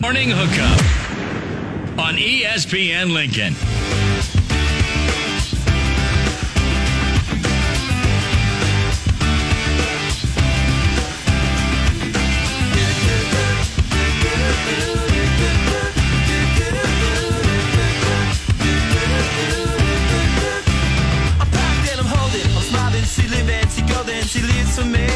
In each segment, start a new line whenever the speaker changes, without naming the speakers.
Morning Hookup on E ESPN Lincoln.
I'm packed and I'm holding. I'm smiling. She living, she golden. She lives for me.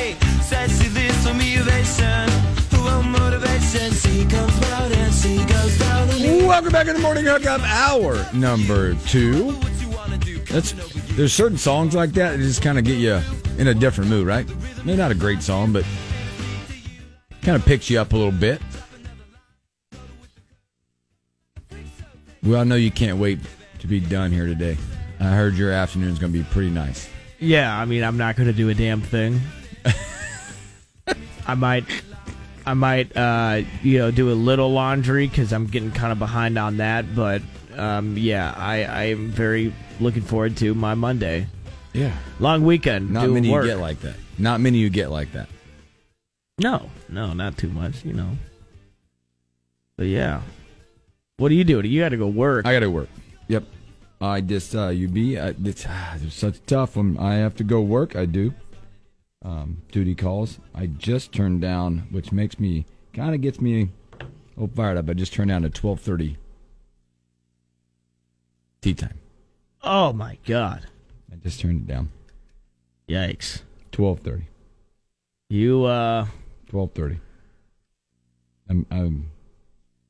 Says she lives for me. Ovation. Who want motivation? She comes out and she goes down. And
Welcome back in the morning hookup hour number two.
what you wanna do?
That's there's certain songs like that that just kind of get you in a different mood, right? Maybe not a great song, but kind of picks you up a little bit. Well, I know you can't wait to be done here today. I heard your afternoon's going to be pretty nice.
Yeah, I mean, I'm not going to do a damn thing. I might, I might, uh, you know, do a little laundry because I'm getting kind of behind on that. But um, yeah, I, I am very looking forward to my Monday
Yeah,
long weekend.
not
doing
many
work.
you get like that. Not many you get like that.
no, no, not too much, you know. But yeah, what are you doing? You got to go work.
I got to work. Yep. I just uh, you be I, it's, ah, it's such a tough one. I have to go work. I do. Um, duty calls. I just turned down, which makes me kind of gets me a little fired up. I just turned down to twelve thirty tea time.
oh my god!
I just turned it down.
Yikes!
1230.
You uh,
1230. I'm I'm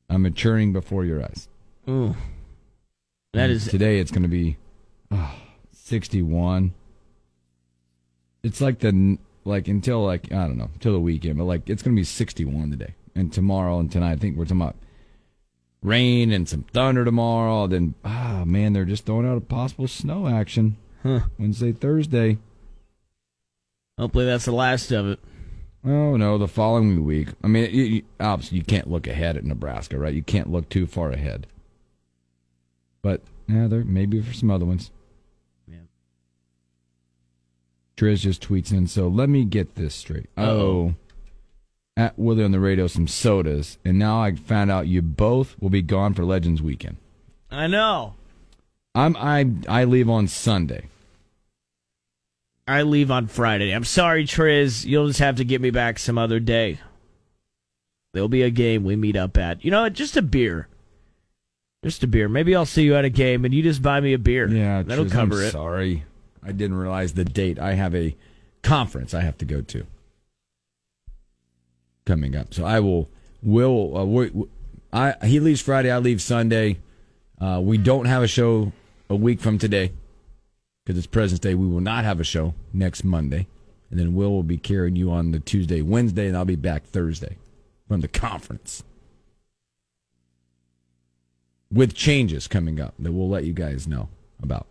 I'm maturing before your eyes.
ooh, that is
today it's going to be ah, 61 it's like the n- like until like i don't know till the weekend but like it's going to be 61 today and tomorrow and tonight i think we're talking about rain and some thunder tomorrow then ah man they're just throwing out a possible snow action
Huh.
wednesday thursday
Hopefully, that's the last of it.
Oh no, the following week. I mean, you, you, obviously you can't look ahead at Nebraska, right? You can't look too far ahead. But yeah, there maybe for some other ones.
Yeah.
Triz just tweets in. So let me get this straight.
Uh-oh.
Oh, at Willie on the radio, some sodas, and now I found out you both will be gone for Legends weekend.
I know.
I'm I I leave on Sunday.
I leave on Friday. I'm sorry, Triz. You'll just have to get me back some other day. There'll be a game we meet up at. You know, what? just a beer. Just a beer. Maybe I'll see you at a game and you just buy me a beer.
Yeah,
That'll
Triz,
cover
I'm
it.
Sorry, I didn't realize the date. I have a conference I have to go to coming up, so I will will uh, we, I he leaves Friday. I leave Sunday. Uh, we don't have a show a week from today because it's President's Day. We will not have a show next Monday, and then Will will be carrying you on the Tuesday, Wednesday, and I'll be back Thursday from the conference with changes coming up that we'll let you guys know about.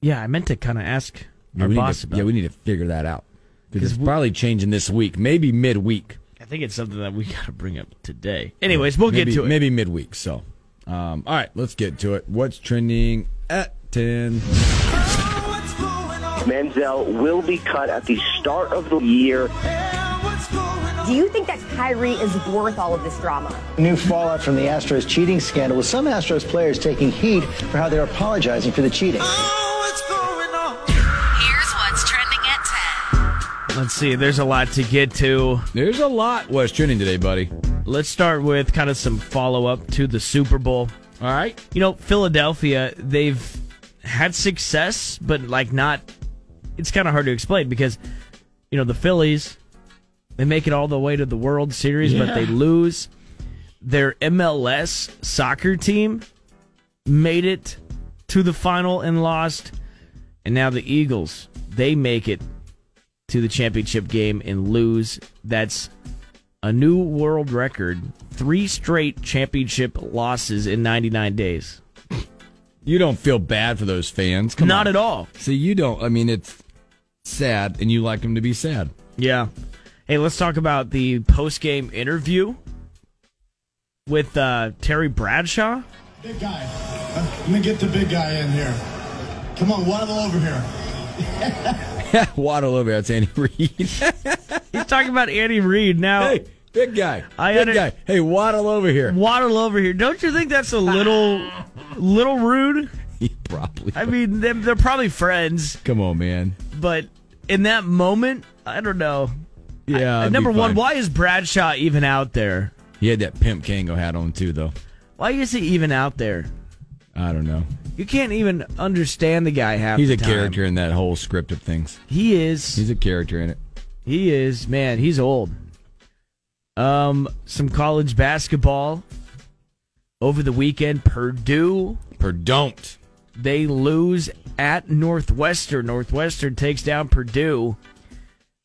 Yeah, I meant to kind of ask
Yeah,
our
we need
boss
to-
about
yeah,
it.
we need to figure that out because
'Cause
it's
we-
probably changing this week, maybe midweek.
I think it's something that we got to bring up today. Anyways, we'll
maybe,
get to it.
Maybe midweek. So, um, all right, let's get to it. What's trending at ten?
Oh, what's going on?
Manziel will be cut at the start of the year.
Yeah, what's going on?
Do you think that Kyrie is worth all of this drama?
New fallout from the Astros cheating scandal, with some Astros players taking heat for how they're apologizing for the cheating.
Oh, what's going on?
Here's what's trending at 10.
Let's see. There's a lot to get to.
There's a lot what's trending today, buddy.
Let's start with kind of some follow up to the Super Bowl.
All right,
you know, Philadelphia, they've had success, but like not. It's kind of hard to explain because, you know, the Phillies, they make it all the way to the World Series, but they lose. Their MLS soccer team made it to the final and lost. And now the Eagles, they make it to the championship game and lose. That's a new world record. Three straight championship losses in 99 days.
you don't feel bad for those fans. Come on.
Not at all.
See, you don't. I mean, it's sad, and you like them to be sad.
Yeah. Hey, let's talk about the post game interview with uh, Terry Bradshaw.
Big guy. Let me get the big guy in here. Come on, waddle over here.
Waddle over, that's Andy Reid.
He's talking about Andy Reid. Now,
hey, Big guy.
I
big
under-
guy. Hey, waddle over here.
Waddle over here. Don't you think that's a little, little rude?
He probably.
I mean, they're, they're probably friends,
come on, man.
but in that moment, I don't know.
Yeah. it'd be
Number one,
fine.
why is Bradshaw even out there?
He had that pimp Kango hat on too, though.
Why is he even out there?
I don't know.
You can't even understand the guy half
He's
the
a
time.
character in that whole script of things.
He is.
He's a character in it.
He is, man, he's old. Um, some college basketball over the weekend. Purdue,
Per don't.
they lose at Northwestern. Northwestern takes down Purdue.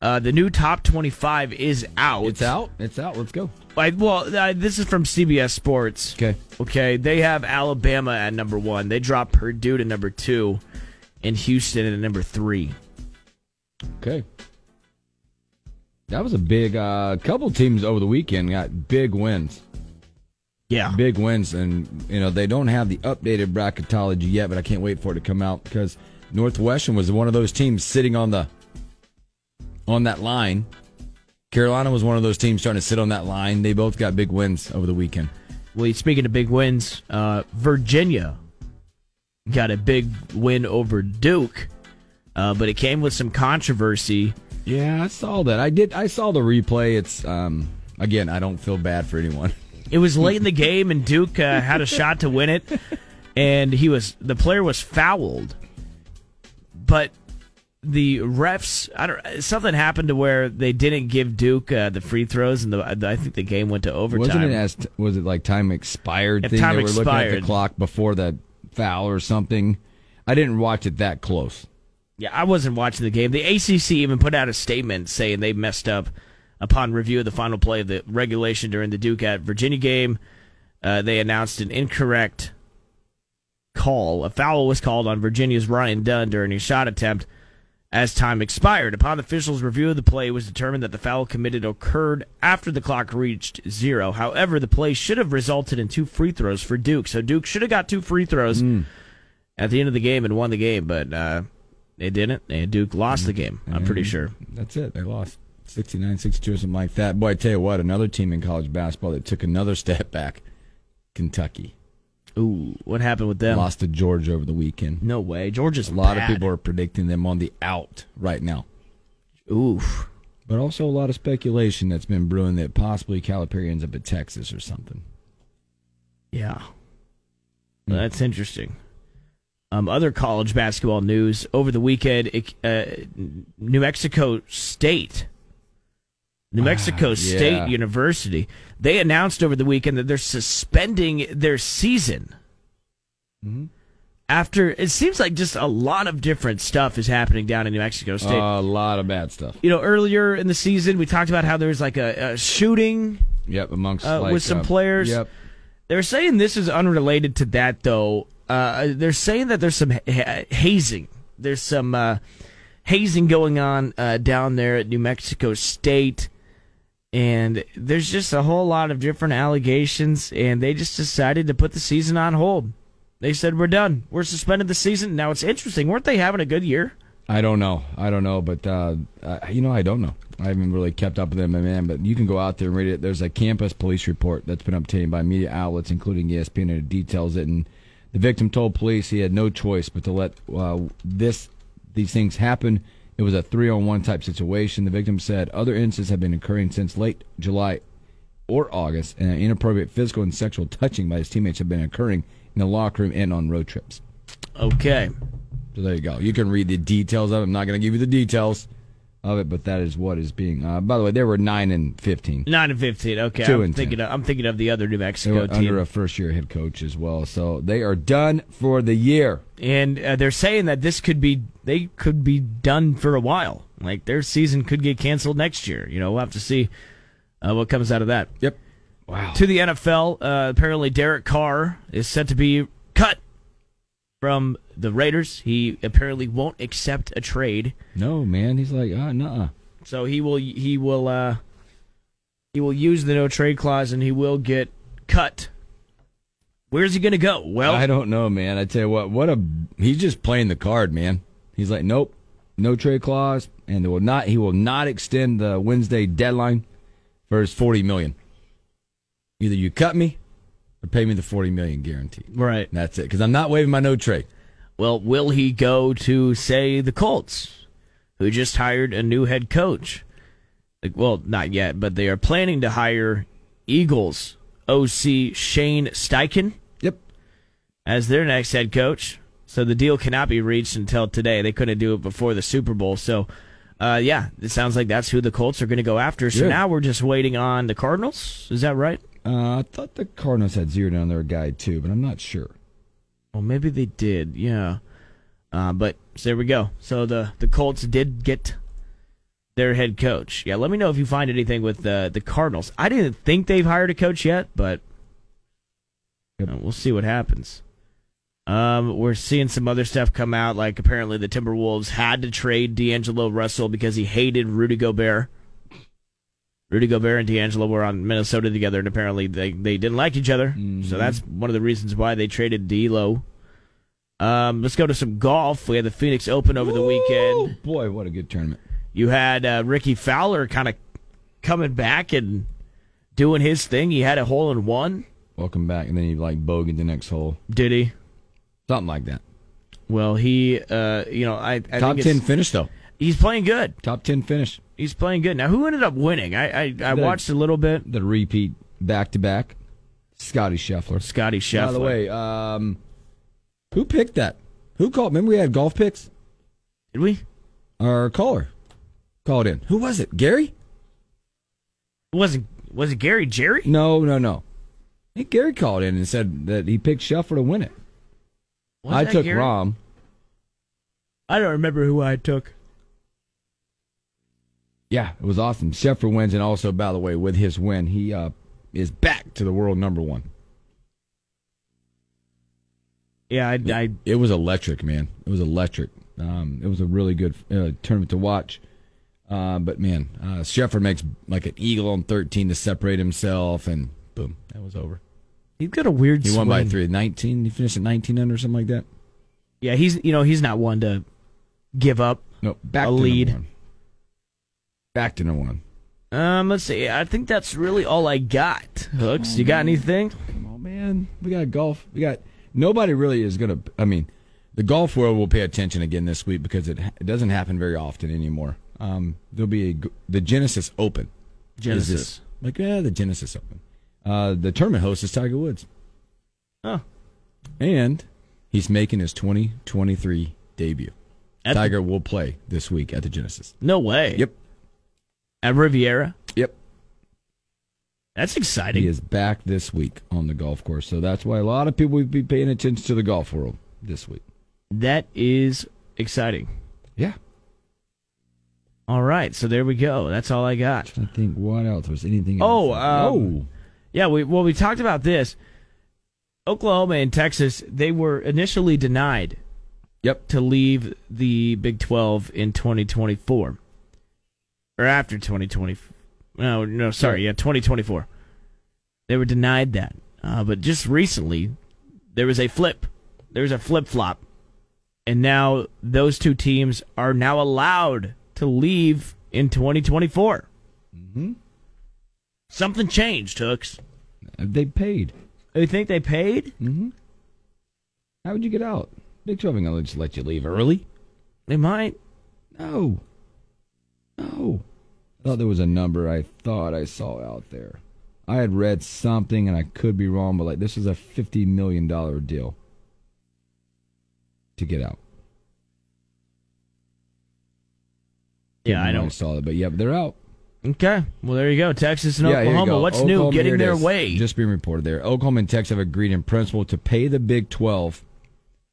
Uh, the new top 25 is out.
It's out. It's out. Let's go.
I, well, uh, this is from CBS Sports.
Okay.
Okay, they have Alabama at number one. They drop Purdue to number two, and Houston at number three.
Okay. That was a big uh couple teams over the weekend got big wins.
Yeah.
Big wins and you know, they don't have the updated bracketology yet, but I can't wait for it to come out because Northwestern was one of those teams sitting on the on that line. Carolina was one of those teams trying to sit on that line. They both got big wins over the weekend.
Well, speaking of big wins, uh, Virginia got a big win over Duke, uh, but it came with some controversy.
Yeah, I saw that. I did I saw the replay. It's um again, I don't feel bad for anyone.
It was late in the game, and Duke uh, had a shot to win it, and he was the player was fouled, but the refs I don't something happened to where they didn't give Duke uh, the free throws, and the I think the game went to overtime.
Wasn't it as was it like time expired
If
thing?
time
they were looking at
expired.
the clock before the foul or something. I didn't watch it that close.
Yeah, I wasn't watching the game. The ACC even put out a statement saying they messed up upon review of the final play of the regulation during the Duke at Virginia game. Uh, they announced an incorrect call. A foul was called on Virginia's Ryan Dunn during his shot attempt as time expired. Upon the officials' review of the play, it was determined that the foul committed occurred after the clock reached zero. However, the play should have resulted in two free throws for Duke. So Duke should have got two free throws
Hmm.
at the end of the game and won the game, but uh, they didn't. And Duke lost the
Hmm.
game, I'm pretty sure.
That's it. They lost 69, 62 or something like that. Boy, I tell you what, another team in college basketball that took another step back, Kentucky,
Ooh, what happened with them?
lost to Georgia over the weekend.
No way. Georgia's
A lot
bad.
of people are predicting them on the out right now.
Oof.
But also a lot of speculation that's been brewing that possibly Calipari ends up at Texas or something.
Yeah. That's interesting. Um, other college basketball news over the weekend: it, uh, New Mexico State, New Mexico
yeah.
State University, they announced over the weekend that they're suspending their season. After it seems like just a lot of different stuff is happening down in New Mexico State
A lot of bad stuff.
you know, earlier in the season, we talked about how there was like a, a shooting.
Yep, amongst
Uh,
like,
with some players.
Yep.
They're saying this is unrelated to that, though. Uh, they're saying that there's some ha- ha- hazing. There's some uh, hazing going on uh, down there at New Mexico State. And there's just a whole lot of different allegations, and they just decided to put the season on hold. They said, We're done. We're suspended the season. Now, it's interesting. Weren't they having a good year?
I don't know. I don't know, but uh, I, you know, I don't know. I haven't really kept up with them, man. But you can go out there and read it. There's a campus police report that's been obtained by media outlets, including E ESPN, and it details it. And the victim told police he had no choice but to let uh, this these things happen. It was a three-on-one type situation. The victim said other incidents have been occurring since late July or August, and inappropriate physical and sexual touching by his teammates have been occurring in the locker room and on road trips.
Okay.
So there you go. You can read the details of it. I'm not going to give you the details of it, but that is what is being. Uh, by the way, there were nine and fifteen.
Nine and fifteen. Okay,
Two
I'm
and
thinking.
ten.
Of, I'm thinking of the other New
They
Mexico
were
team,
under a first-year head coach as well, so they are done for the year.
and uh, they're saying that this could be they could be done for a while. Like their season could get canceled next year. You know, we'll have to see uh, what comes out of that.
Yep. Wow.
To the NFL, uh, apparently Derek Carr is set to be cut from the Raiders. He apparently won't accept a trade,
No, man. He's like, ah, nah.
so he will he will uh, he will use the no trade clause, and he will get cut. Where's he going to go? Well,
I don't know, man. I tell you what, what a he's just playing the card, man. He's like, nope, no trade clause, and they will not. He will not extend the Wednesday deadline for his 40 million. Either you cut me or pay me the 40 million guarantee.
Right.
And that's it cuz I'm not waiving my no trade.
Well, will he go to say the Colts, who just hired a new head coach? Like, well, not yet, but they are planning to hire Eagles OC Shane Steichen
Yep.
as their next head coach. So the deal cannot be reached until today. They couldn't do it before the Super Bowl. So, uh, yeah, it sounds like that's who the Colts are going to go after. So
Yeah.
now we're just waiting on the Cardinals. Is that right?
Uh, I thought the Cardinals had zeroed in on their guy too, but I'm not sure.
Well, maybe they did. Yeah. Uh, but so there we go. So the the Colts did get their head coach. Yeah. Let me know if you find anything with uh, the Cardinals. I didn't think they've hired a coach yet, but
Yep.
uh, we'll see what happens. Um, we're seeing some other stuff come out. Like apparently the Timberwolves had to trade D'Angelo Russell because he hated Rudy Gobert. Rudy Gobert and D'Angelo were on Minnesota together, and apparently they, they didn't like each other. So that's one of the reasons why they traded D'Lo. Um, let's go to some golf. We had the Phoenix Open over the
Oh
weekend.
boy, what a good tournament.
You had uh, Ricky Fowler kind of coming back and doing his thing. He had a hole in one,
Welcome back and then he like bogeyed the next hole.
did he?
Something like that.
Well, he, uh, you know, I, I
Top
think
10
it's-
finish though.
He's playing good.
Top 10 finish.
He's playing good. Now, who ended up winning? I, I, I
The-
watched a little bit.
The repeat back to back. Scotty Scheffler.
Scotty Scheffler.
By the way, um, who picked that? Who called? Remember we had golf picks?
did we? It
Our caller called in. Who was it? Gary?
wasn't was it Gary Jerry?
No, no, no. I think Gary called in and said that he picked Scheffler to win it.
Was
I
that
took
Gary?
Rom.
I don't remember who I took.
Yeah, it was awesome. Scheffler wins, and also, by the way, with his win, he uh, is back to the world number one.
Yeah, I, I
It was electric, man. It was electric. Um, it was a really good uh, tournament to watch. Uh, but man, uh, Scheffler makes like an eagle on 13 to separate himself, and boom, that was over.
He's got a weird.
He won by
swing.
three. 19. He finished at 19 under, something like that.
Yeah, he's you know he's not one to give up.
No, back to
A
number
lead.
one. Back to number one.
Um, let's see. I think that's really all I got. Hooks, you got anything?
Come on, man. We got golf. We got nobody really is gonna. I mean, the golf world will pay attention again this week because it, ha- it doesn't happen very often anymore. Um, there'll be a, g- the Genesis Open. is
Genesis.
this. Like yeah, the Genesis Open. Uh, the tournament host is Tiger Woods,
Oh,
and he's making his 2023 debut.
At the-
Tiger will play this week at the Genesis.
no way.
Yep.
At Riviera.
Yep.
That's
He
exciting.
is back this week on the golf course. So that's why a lot of people will be paying attention to the golf world this week.
That is exciting.
Yeah.
All right, so there we go. That's all I got.
I think what else was anything?
Oh,
else?
um, Yeah, we well we talked about this. Oklahoma and Texas, they were initially denied
Yep.
to leave the Big 12 in 2024 or after 2020. No, no, sorry, yeah, 2024. They were denied that, uh, but just recently there was a flip. There was a flip flop, and now those two teams are now allowed to leave in 2024. Mm-hmm. Something changed, Hooks.
they paid.
You think they paid?
How would you get out? Big Twelve ain't gonna just let you leave early.
They might.
No. No. I thought there was a number I thought I saw out there. I had read something and I could be wrong, but like this is a fifty million dollar deal to get out.
Yeah, I
Maybe
don't.
saw it, but yeah, they're out.
Okay. Well, there you go. Texas and
Yeah, here you
Oklahoma.
go.
What's new?
Oklahoma, here
Getting
it
their
is.
way.
Just being reported there. Oklahoma and Texas have agreed in principle to pay the Big 12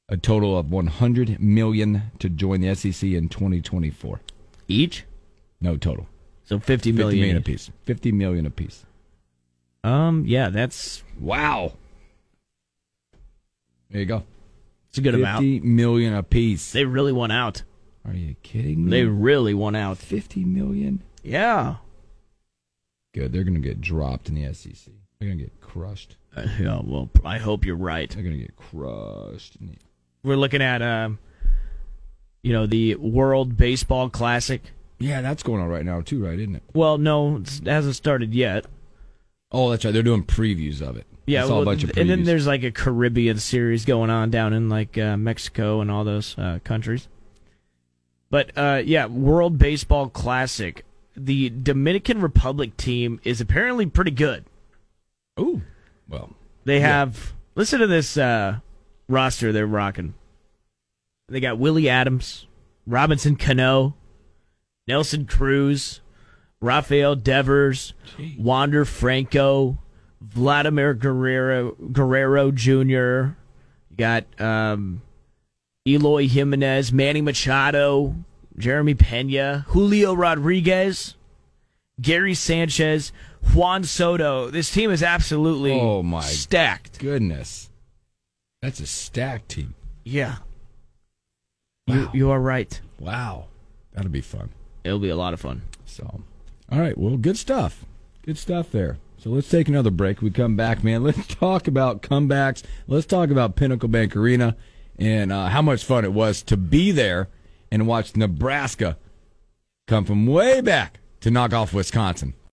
a total of 100 million to join the SEC in 2024.
each.
No total.
So
50
fifty
million
million.
apiece. 50 million apiece.
Um. Yeah, that's
Wow. There you go.
it's a good amount.
Fifty million apiece.
They really won out.
Are you kidding me?
They really won out.
50 million.
Yeah.
Good. They're going to get dropped in the SEC. They're going to get crushed.
Uh, yeah. Well, I hope you're right.
They're going to get crushed. in the-
We're looking at um, you know, the World Baseball Classic
Yeah, that's going on right now too, right? Isn't it?
Well, no, it's- it hasn't started yet.
Oh, that's right. They're doing previews of it.
Yeah,
I saw
well,
a bunch of previews.
and then there's like a Caribbean series going on down in like uh, Mexico and all those uh, countries. But uh, yeah, World Baseball Classic. The Dominican Republic team is apparently pretty good.
ooh, well,
They have listen to this uh, roster they're rocking. They got Willie Adams, Robinson Cano, Nelson Cruz, Rafael Devers, Wander Franco, Vladimir Guerrero Guerrero Jr. You got um, Eloy Jimenez, Manny Machado, Jeremy Pena, Julio Rodriguez, Gary Sanchez, Juan Soto. This team is absolutely
Oh, my
stacked.
goodness, that's a stacked team.
Yeah. You,
Wow,
you are right.
wow, that'll be fun.
It'll be a lot of fun.
So, all right, well, good stuff. Good stuff there. So let's take another break. We come back, man. Let's talk about comebacks. Let's talk about Pinnacle Bank Arena and uh, how much fun it was to be there and watch Nebraska come from way back to knock off Wisconsin.